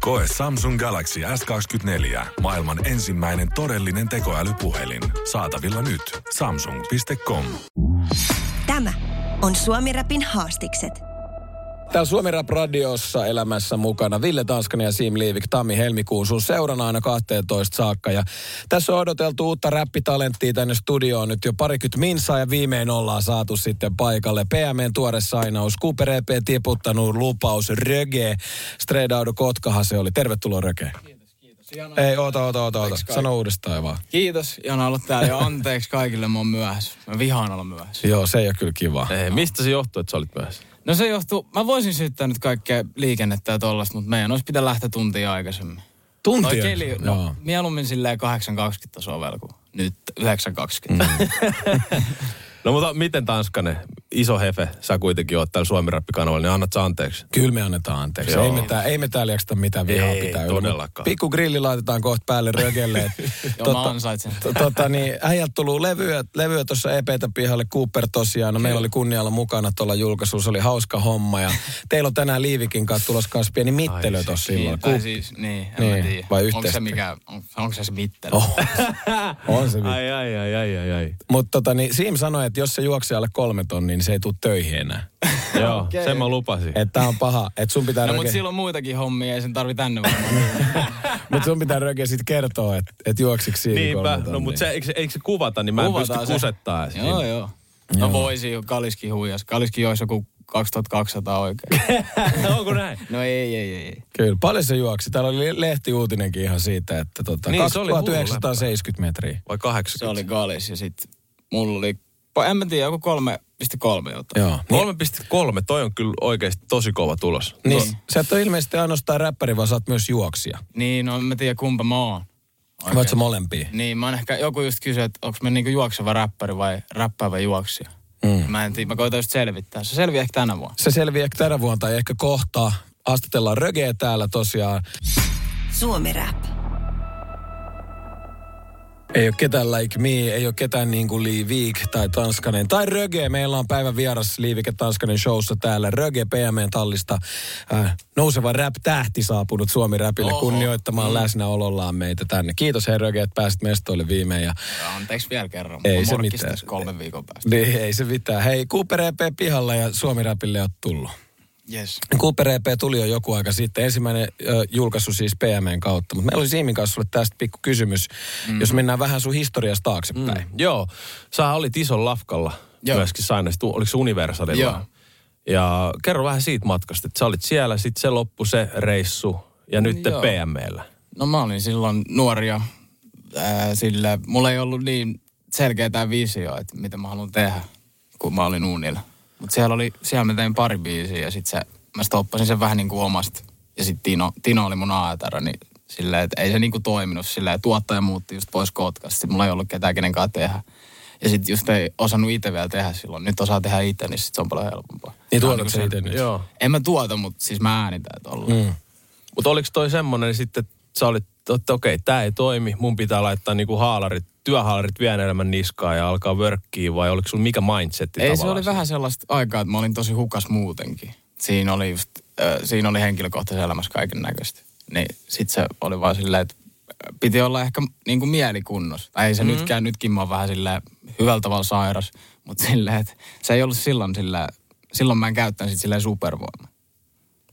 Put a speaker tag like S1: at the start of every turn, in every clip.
S1: Koe Samsung Galaxy S24. Maailman ensimmäinen todellinen tekoälypuhelin. Saatavilla nyt. Samsung.com.
S2: Tämä on Suomi Rapin haastikset.
S3: Täällä Suomi Rap Radiossa elämässä mukana Ville Tanskanen ja Sim Liivik tammi-helmikuun sun seurana aina 12 saakka. Ja tässä on odoteltu uutta räppitalenttia tänne studioon nyt jo parikymmentä minsaa ja viimein ollaan saatu sitten paikalle. PMN tuore sainaus, Cooper EP tiputtanut lupaus, Röge, Streidaudu Kotkahan se oli. Tervetuloa Röge. Ei, oota, oota, oota, oota. Sano uudestaan vaan.
S4: Kiitos, ihana olla täällä ja anteeksi kaikille, mä oon myöhässä. Mä vihaan olla myöhässä.
S3: Joo, se ei ole kyllä kiva.
S5: Ei, Eh, mistä se johtuu, että sä olit myöhässä?
S4: No se johtuu, mä voisin syyttää nyt kaikkea liikennettä ja tollasta, mutta meidän olisi pitää lähteä tuntia aikaisemmin.
S3: Tuntia?
S4: Toi keli, no,
S3: Joo.
S4: mieluummin silleen 8.20 tasoa vielä kuin nyt 9.20.
S3: Mm.
S5: No mutta miten Tanskanen, iso hefe, sä kuitenkin oot täällä Suomi kanavalla, niin annat sä anteeksi.
S3: Kyllä me annetaan anteeksi. Ei me, tää, ei me täällä jakseta mitään vihaa
S5: Ei,
S3: pitää
S5: todellakaan.
S3: Pikku grilli laitetaan kohta päälle rögelle.
S4: Joo, mä ansaitsen.
S3: tota, niin, äijältä tullut levyä, levyä tuossa EPtä pihalle. Cooper tosiaan. No, meillä oli kunnia olla mukana tuolla julkaisussa. Oli hauska homma. Ja teillä on tänään Liivikin kanssa tulossa kanssa pieni mittely tuossa silloin.
S4: niin, tai
S3: Ku-
S4: siis, niin, en
S3: Niin,
S4: mä tiedä.
S3: vai
S4: onko
S3: yhteistyö?
S4: se mikä, on, onko se se mittely?
S3: Oh, on se vittu.
S5: Ai, ai, ai, ai, ai, ai.
S3: Mutta tota, niin, Siim sanoi, että jos se juoksee alle kolme tonnia, niin se ei tule töihin enää.
S5: Joo, okay. sen mä lupasin.
S3: Että tää on paha. Että sun pitää
S4: No
S3: röge-
S4: mutta sillä on muitakin hommia, ei sen tarvi tänne varmaan.
S3: Mutta sun pitää rökeä sit kertoa, että et juoksiko siinä
S5: Niinpä,
S3: kolme
S5: no mutta se,
S3: tonnia.
S5: eikö, se- eikö se kuvata, niin mä en pysty
S4: Kuvataan se.
S5: kusettaa edes.
S4: joo, joo. No voisi, jo, Kaliski huijas. Kaliski joisi joku 2200 oikein.
S5: Onko näin?
S4: No ei, ei, ei. ei.
S3: Kyllä, paljon se juoksi. Täällä oli lehtiuutinenkin ihan siitä, että tota,
S5: Niin,
S3: niin,
S5: se oli hullu
S3: 1970 metriä.
S5: Vai
S4: Se oli
S5: 80?
S4: Galis ja sitten mulla oli, pa- en mä tiedä, joku 3,3 jotain.
S3: Joo. Niin,
S5: 3,3, toi on kyllä oikeasti tosi kova tulos.
S3: niin, sä et ole ilmeisesti ainoastaan räppäri, vaan sä oot myös juoksija.
S4: Niin, no en mä tiedä kumpa mä oon.
S3: Okay. Voit sä molempia?
S4: Niin, mä oon ehkä, joku just kysyi, että onko mä niinku juokseva räppäri vai räppäävä juoksija. Mm. Mä en tiedä, mä koitan just selvittää. Se selviää ehkä tänä vuonna.
S3: Se selviää ehkä tänä vuonna tai ehkä kohta. Astatellaan rögeä täällä tosiaan.
S2: Suomi Rap.
S3: Ei ole ketään like me, ei ole ketään niin kuin Lee Week tai Tanskanen tai Röge. Meillä on päivän vieras Liivike Tanskanen showssa täällä. Röge PMN-tallista äh, nouseva rap-tähti saapunut Suomi Rapille Oho.
S4: Oho.
S3: kunnioittamaan mm. läsnäolollaan meitä tänne. Kiitos hei Röge, että pääsit mestoille viimein. Ja...
S4: Ja Anteeksi vielä kerran.
S3: Ei
S4: Mä
S3: se
S4: morkistan
S3: mitään.
S4: tässä kolmen viikon päästä.
S3: Niin, ei se mitään. Hei, Cooper EP pihalla ja Suomi Rapille on tullut.
S4: Yes.
S3: Cooper EP tuli jo joku aika sitten. Ensimmäinen ö, julkaisu siis PMN kautta. Mutta meillä oli Siimin kanssa sulle tästä pikku kysymys, mm. jos mennään vähän sun historiasta taaksepäin. Mm.
S5: Joo, sä olit ison lafkalla Joo.
S4: Joo.
S5: myöskin Sainassa, Tu- oliko se Universalilla?
S4: Joo.
S5: Ja kerro vähän siitä matkasta, että sä olit siellä, sitten se loppui se reissu ja nyt te
S4: Joo.
S5: PMllä.
S4: No mä olin silloin nuoria, ää, sillä mulla ei ollut niin selkeä tämä visio, että mitä mä haluan tehdä, kun mä olin uunilla. Mutta siellä, oli, siellä mä tein pari biisiä ja sit se, mä stoppasin sen vähän niin kuin omasta. Ja sitten Tino, Tino oli mun aatara, niin sillä että ei se niin kuin toiminut sillä että tuottaja muutti just pois Kotkasta. Sit mulla ei ollut ketään kenenkaan tehdä. Ja sitten just ei osannut itse vielä tehdä silloin. Nyt osaa tehdä itse, niin sit se on paljon helpompaa.
S3: Niin
S4: Tää
S3: tuotatko
S4: on niinku
S3: sä itse nyt?
S5: Joo.
S4: En mä tuota, mutta siis mä äänitän tuolla. Mm.
S5: Mutta oliko toi semmoinen sitten, että sä olit, että okei, tämä ei toimi, mun pitää laittaa niinku haalarit, työhaalarit vielä enemmän niskaan ja alkaa vörkkiä vai oliko sulla mikä mindsetti
S4: Ei, se
S5: tavallaan
S4: oli
S5: siinä?
S4: vähän sellaista aikaa, että mä olin tosi hukas muutenkin. Siinä oli, just, äh, siinä oli henkilökohtaisessa elämässä kaiken näköistä. Niin sit se oli vaan silleen, että äh, piti olla ehkä niin kuin mielikunnos. Tai ei se mm-hmm. nytkään, nytkin mä oon vähän silleen hyvällä tavalla sairas. Mutta silleen, että se ei ollut silloin sillä, silloin mä en käyttänyt sit silleen supervoimaa.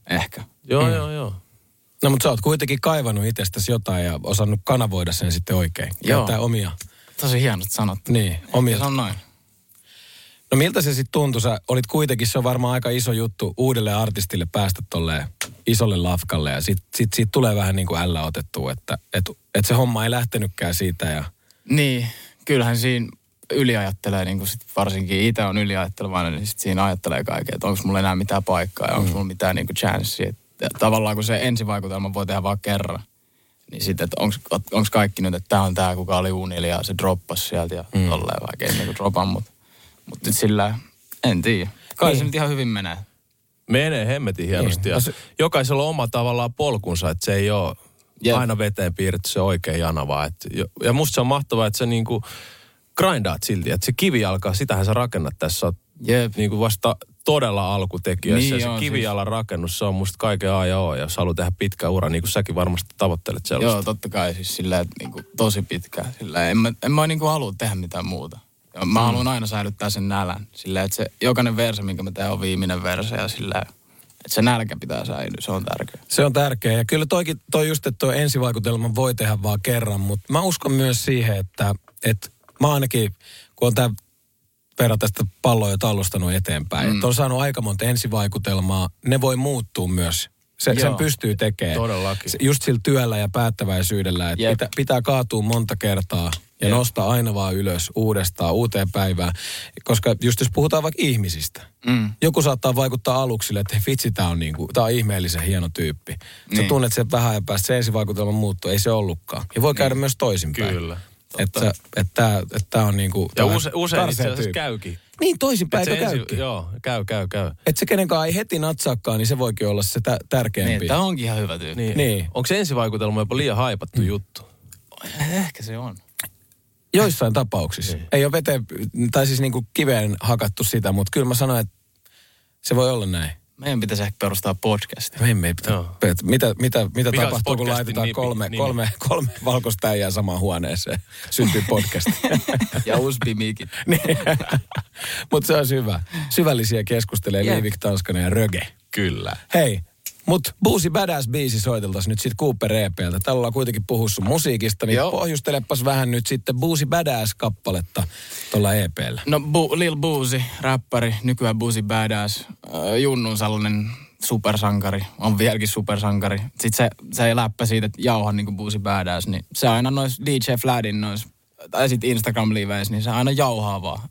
S4: Ehkä.
S5: Joo, mm. joo, joo.
S3: No mutta sä oot kuitenkin kaivannut itsestäsi jotain ja osannut kanavoida sen sitten oikein.
S4: Joo.
S3: Käyttää omia.
S4: Tosi hienosti sanottu.
S3: Niin, omia.
S4: Ja Se on noin.
S3: No miltä se sitten tuntui? Sä olit kuitenkin, se on varmaan aika iso juttu uudelle artistille päästä tolle isolle lafkalle. Ja sit, sit, siitä tulee vähän niin kuin ällä otettu, että et, et se homma ei lähtenytkään siitä. Ja,
S4: Niin, kyllähän siinä yliajattelee, niin kuin sit varsinkin itse on yliajattelevainen, niin sit siinä ajattelee kaikkea, että onko mulla enää mitään paikkaa ja onko mulla mitään niin chanssia. Että tavallaan kun se ensivaikutelma voi tehdä vaan kerran, niin sitten, että onko niinku kaikki nyt, että tämä on tämä, kuka oli uunilla ja se droppasi sieltä ja mm. tolleen, vaikka ei niin dropan, mutta Mutta sillä, en tiedä. Kai niin. se
S3: Niin.
S4: nyt ihan hyvin menee.
S5: Menee hemmetin hienosti.
S3: Niin.
S5: Ja
S3: No se-
S5: jokaisella on oma tavallaan polkunsa, että se ei ole
S4: Jep.
S5: aina veteen piirretty se oikea jana vaan. Et, jo- ja musta se on mahtavaa, että sä niinku grindaat silti, että se kivi alkaa, sitähän sä rakennat tässä. Oot
S4: Jep.
S5: niinku vasta todella alkutekijöissä.
S4: Niin
S5: Niin, ja
S4: on,
S5: se
S4: siis-
S5: kivijalan rakennus, se on musta kaiken A ja O. Ja jos haluat tehdä pitkä ura, niin kuin säkin varmasti tavoittelet sellaista.
S4: Joo, totta kai siis sillä, että niinku, tosi pitkään. Sillä, en mä, en mä niinku halua tehdä mitään muuta. Ja mä mm. haluan aina säilyttää sen nälän. Sillä, että se, jokainen verse, minkä mä teen, on viimeinen verse. Ja sillä, että se nälkä pitää säilyä, se on tärkeä.
S3: Se on tärkeää. Ja kyllä toikin, toi just, että toi ensivaikutelman voi tehdä vaan kerran, mutta mä uskon myös siihen, että, että mä ainakin, kun on tämän verran tästä palloa jo tallustanut eteenpäin, mm. että on saanut aika monta ensivaikutelmaa, ne voi muuttua myös. Se, sen
S4: Joo.
S3: pystyy tekemään.
S5: Todellakin.
S3: Se- Just sillä työllä ja päättäväisyydellä, että
S4: Jep.
S3: pitää, pitää kaatua monta kertaa ja
S4: Jep.
S3: nostaa aina vaan ylös uudestaan, uuteen päivään. Koska just jos puhutaan vaikka ihmisistä,
S4: Mm.
S3: joku saattaa vaikuttaa aluksi sille, että hei, vitsi, tämä on, niinku, tää on ihmeellisen hieno tyyppi. Sä
S4: Niin.
S3: tunnet sen vähän ja päästä se ensivaikutelma muuttuu, ei se ollutkaan. Ja
S4: Niin.
S3: voi käydä myös toisinpäin.
S5: Kyllä.
S3: Että et tää, et tää on niinku...
S5: Ja
S3: tää on
S5: use, usein
S3: karsea
S5: itse asiassa
S3: tyyppi.
S5: käykin.
S3: Niin,
S5: Et
S3: toisinpäin
S5: se
S3: eikö
S5: ensi-
S3: käykin.
S5: Joo, käy, käy, käy.
S3: Että se kenenkaan ei heti natsaakaan, niin se voikin olla se tä- tärkeämpi.
S4: Niin, tämä onkin ihan hyvä tyyppi.
S5: Niin.
S3: Niin. Mm.
S5: Onko se ensivaikutelma jopa liian haipattu juttu?
S4: Ehkä se on.
S3: Joissain tapauksissa.
S5: Niin.
S3: Ei ole veteen, tai siis niinku kiveen hakattu sitä, mutta kyllä mä sanoin, että se voi olla näin.
S4: Meidän pitäisi ehkä perustaa podcasti.
S3: Me emme pitää.
S5: Joo.
S3: pet- Mitä, mitä, mitä
S5: Mikä
S3: tapahtuu,
S5: olisi
S3: kun
S5: podcastin
S3: laitetaan
S5: nimi-
S3: kolme,
S5: nimi?
S3: kolme, kolme valkoista äijää samaan huoneeseen? Syntyy podcast.
S4: ja USB-mikit.
S3: Mutta se on hyvä. Syvällisiä keskustelee
S4: Jep.
S3: Liivik Tanskanen ja Röge.
S5: Kyllä.
S3: Hei, mut Buusi Badass biisi soiteltaisiin nyt sitten Cooper EPltä. Tällä ollaan kuitenkin puhuttu sun musiikista, niin
S4: Joo.
S3: pohjustelepas vähän nyt sitten Buusi Badass-kappaletta tuolla EPllä.
S4: No Bu, Lil Boozy, räppäri, nykyään Boozy Badass, äh, Junnun sellainen supersankari, on vieläkin supersankari. Sitten se, se ei läppä siitä, että jauhan niin kuin Boozy Badass, niin se aina nois DJ Fladin nois, tai sitten instagram liveissä niin se aina jauhaa vaan.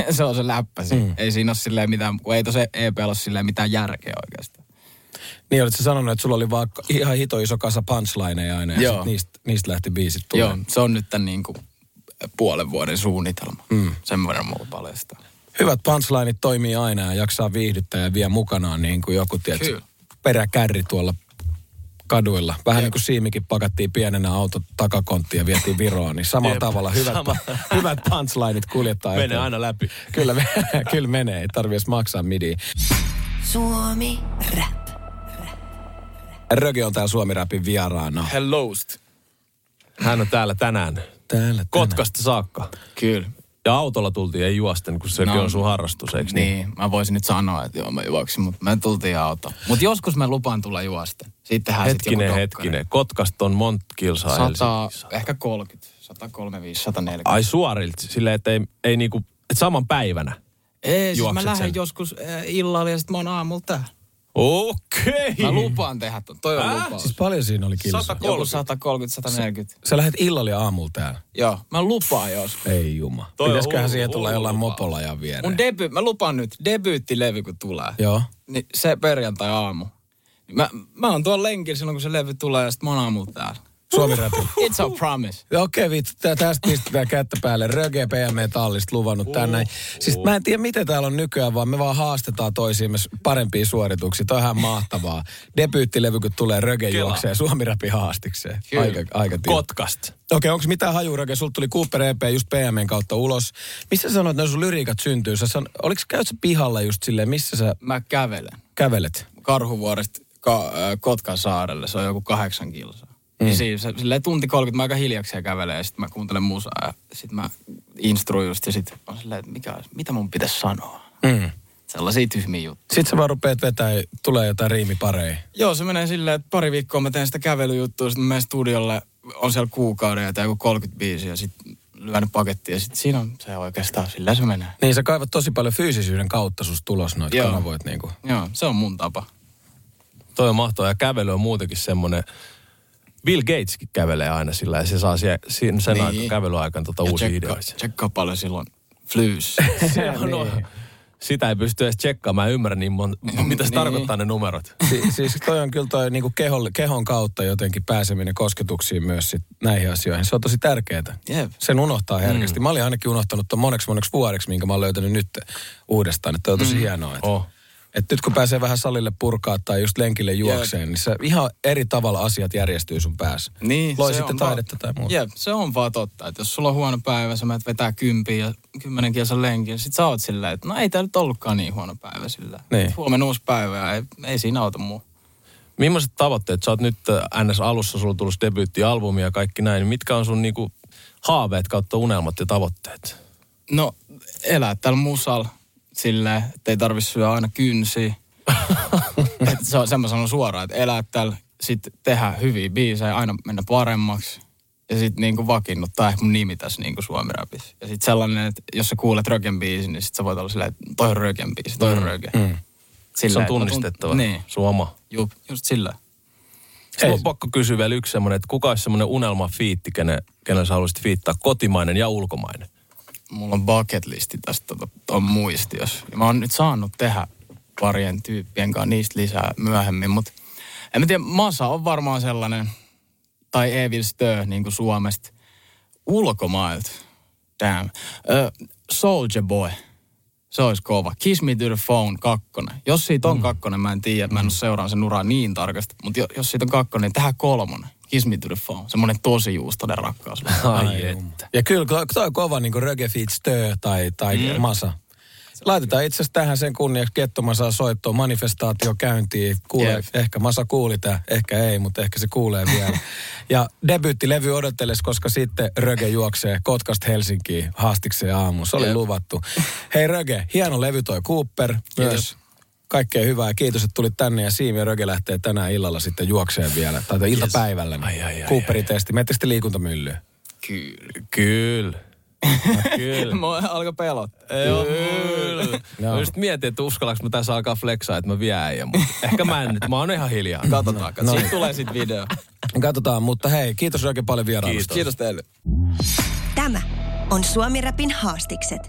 S4: se on se läppä siinä. Mm. Ei siinä ole silleen mitään, kun ei tose EP ole silleen mitään järkeä oikeastaan.
S3: Niin olet sä sanonut, että sulla oli vaan ihan hito iso kasa punchlineja aina ja
S4: Joo.
S3: sit niistä, niistä lähti biisit tulemaan.
S4: Joo, se on nyt tämän niin kuin puolen vuoden suunnitelma. Mm. Sen verran mulla paljastaa.
S3: Hyvät punchlineit toimii aina ja jaksaa viihdyttää ja vie mukanaan niin kuin joku tietty
S4: Kyllä.
S3: peräkärri tuolla kaduilla. Vähän niin kuin Siimikin pakattiin pienenä auto takakonttiin ja vietiin Viroon, niin samalla
S5: Jep.
S3: tavalla hyvät,
S5: Sama.
S3: hyvät punchlineit kuljettaa.
S5: Menee
S3: eteenpäin.
S5: aina läpi.
S3: Kyllä, me- kyllä menee, ei tarvitse edes maksaa midiä.
S2: Suomi Rap.
S3: Rögi on täällä Suomi Rapin vieraana.
S4: Hellost.
S5: Hän on täällä tänään.
S3: Täällä
S5: Kotkasta saakka.
S4: Kyllä.
S5: Ja autolla tultiin, ei juosten, kun sekin
S4: No.
S5: on sun harrastus, eikö niin?
S4: Niin, mä voisin nyt sanoa, että joo, mä juoksin, mutta mä tultiin auto. Mutta joskus mä lupaan tulla juosten. Sittenhän
S5: Hetkinen,
S4: sit
S5: hetkinen. Kotkasta on monta kilsaa.
S4: 100,
S5: Helsingissä.
S4: ehkä 30, 135, 140.
S5: Ai suorilta, silleen, että ei, ei niinku, et saman päivänä.
S4: Ei, siis
S5: juokset
S4: mä lähden
S5: sen.
S4: joskus äh, illalla ja sit mä oon aamulla täällä.
S5: Okei.
S4: Mä lupaan tehdä ton, toi on
S5: Äh?
S4: lupaus.
S3: Siis paljon siinä oli kilsa.
S5: 130.
S4: Joku 130, 140.
S3: Sä lähdet illalla ja aamulla täällä.
S4: Joo, mä lupaan joskus.
S3: Ei juma.
S5: Toi on
S3: Pitäisiköhän
S5: hullu-
S3: siihen tulla
S5: hullu
S3: jollain
S5: lupaus.
S3: mopolla ja viereen?
S4: Mun deby, mä lupaan nyt, debyyttilevy kun tulee.
S3: Joo.
S4: Niin se perjantai aamu. Niin Mä, mä oon tuolla lenkillä silloin, kun se levy tulee ja sit mä oon aamulla täällä.
S3: Suomi Rapin.
S4: It's a promise.
S3: Okei vittu, tää- tästä pistetään kättä päälle. Röge PM Tallista luvannut tänne. Siis mä en tiedä, mitä täällä on nykyään, vaan me vaan haastetaan toisiimme s- parempia suorituksia. Toi on ihan mahtavaa. Debyyttilevy, kun tulee Röge
S5: Kela.
S3: juokseen Suomi Rapin haastikseen.
S4: Kyllä.
S3: Aika, aika tiukka.
S5: Kotkasta.
S3: Okei, onko mitään haju, Röge? Sulla tuli Cooper EP just PMn kautta ulos. Missä sä sanoit, että ne sun lyriikat syntyy? Sä san... Oliko käyt sä pihalla just silleen, missä sä
S4: Mä kävelen.
S3: kävelet?
S4: Karhuvuoresta ka- äh, Kotkan saarelle, se on joku kahdeksan kilsaa. Mm. Niin siinä, se, silleen tunti 30 mä aika hiljakseen kävelen ja sitten mä kuuntelen musaa ja sitten mä instruin just ja sitten on silleen, että mikä, mitä mun pitäisi sanoa.
S3: Mm.
S4: Sellaisia tyhmiä juttuja.
S3: Sitten sä vaan rupeat vetää, tulee jotain riimipareja.
S4: Joo, se menee silleen, että pari viikkoa mä teen sitä kävelyjuttua, sitten mä menen studiolle, on siellä kuukauden ja joku 35 ja sitten lyön paketti ja sitten siinä on se oikeastaan, sillä se menee.
S3: Niin sä kaivat tosi paljon fyysisyyden kautta sus tulos noita
S4: Joo.
S3: kanavoit niinku.
S4: Joo, se on mun tapa.
S5: Toi on mahtavaa. Ja kävely on muutenkin semmoinen... Bill Gateskin kävelee aina sillä ja se saa sie- sin-
S4: Niin.
S5: sen niin. aikaan, kävelyaikana tota
S4: Ja
S5: uusia
S4: tsekkaa-
S5: ideoita.
S4: Tsekkaa paljon silloin flyys.
S5: Se on, niin.
S3: sitä ei pysty edes tsekkaamaan. Mä ymmärrän niin mon, mitä se
S4: Niin.
S3: tarkoittaa ne numerot.
S5: Mm, Si- siis toi on kyllä toi niinku kehon, kehon kautta jotenkin pääseminen kosketuksiin myös sit näihin asioihin. Se on tosi tärkeää.
S4: Jep.
S5: Sen unohtaa herkästi. Mm. Mä olin ainakin unohtanut ton moneksi moneksi vuodeksi, minkä mä oon löytänyt nyt uudestaan. Että toi on tosi mm. hienoa. Että
S3: Oh.
S5: et nyt kun pääsee vähän salille purkaa tai just lenkille juokseen, niin se ihan eri tavalla asiat järjestyy sun päässä.
S4: Niin,
S5: Loi
S4: se
S5: sitten
S4: on vaan-
S5: taidetta tai muuta.
S4: Jep, se on vaan totta, että jos sulla on huono päivä, sä menet vetää kympiä ja kymmenen kilsan lenkin, sit sä oot silleen, että no ei tää nyt ollutkaan niin huono päivä sillä.
S5: Niin.
S4: Huomenna uusi päivä ja ei, ei siinä auta muu.
S3: Millaiset tavoitteet? Sä oot nyt äh, NS alussa, sulla on tullut debyyttialbumi ja kaikki näin. Mitkä on sun niinku haaveet kautta unelmat ja tavoitteet?
S4: No, elää täällä musal silleen, että ei tarvi syödä aina kynsiä. Et se on, sen mä sanon suoraan, että elää täällä, sit tehdä hyviä biisejä, aina mennä paremmaksi. Ja sit niinku vakiinnuttaa ehkä mun nimi tässä niinku suomi rapissa. Ja sit sellainen, että jos sä kuulet Röken biisin, niin sit sä voit olla silleen, että toi on Röken biisi, toi on Röken. Mm.
S3: se on tunnistettava.
S4: Niin,
S3: Sun oma.
S4: ju, just sillä.
S3: Sitten on pakko kysyä vielä yksi semmoinen, että kuka olisi semmoinen unelma fiitti, kenen, kenen sä haluaisit fiittaa, kotimainen ja ulkomainen?
S4: mulla on bucket listi tästä tota, on muistios. Ja mä oon nyt saanut tehdä parien tyyppien kanssa niistä lisää myöhemmin, mutta en mä tiedä, Masa on varmaan sellainen, tai Evil Stö, niin kuin Suomesta, ulkomailta. Damn. Uh, Soldier Boy. Se olisi kova. Kiss Me to the Phone kakkonen. Jos siitä on kakkonen, mä en tiedä, mä en ole seuraan sen uraa niin tarkasti, mutta jo, jos siitä on kakkonen, niin tehdään kolmonen. Kiss Me to the Phone. Semmoinen tosi juustoinen rakkaus.
S3: Ai että.
S5: Ja kyllä ko- toi on kova niin kuin Röge Feet Stö tai, tai mm. Masa. Laitetaan itse asiassa tähän sen kunniaksi Kettoman saa soittoa manifestaatio käyntiin. Kuule,
S4: Jep.
S5: Ehkä Masa kuuli tää, ehkä ei, mutta ehkä se kuulee vielä. ja debyyttilevy odotteles, koska sitten Röge juoksee Kotkasta Helsinkiin haastikseen aamuun. Se oli
S4: Jep.
S5: luvattu. Hei Röge, hieno levy toi Cooper. Myös.
S4: Kiitos.
S5: Kaikkea hyvää. Kiitos, että tulit tänne ja Siimi ja Röge lähtee tänään illalla sitten juokseen vielä. Tai iltapäivällä. Yes.
S3: ai, ai, ai,
S5: Cooperin testi. Miettikö te liikuntamyllyä?
S4: Kyllä.
S3: Kyllä. Kyllä.
S4: Mua alkoi pelottaa.
S3: Kyllä. Mä just mietin, että uskallanko mä tässä alkaa flexaa, että mä vien äijän, mutta ehkä mä en nyt. Mä oon ihan hiljaa.
S4: Katsotaan, katsotaan. Siitä tulee sitten video.
S5: No. niin. Katsotaan, mutta hei, kiitos oikein paljon vierailusta.
S3: Kiitos.
S4: Kiitos teille.
S2: Tämä on Suomi Rapin haastikset.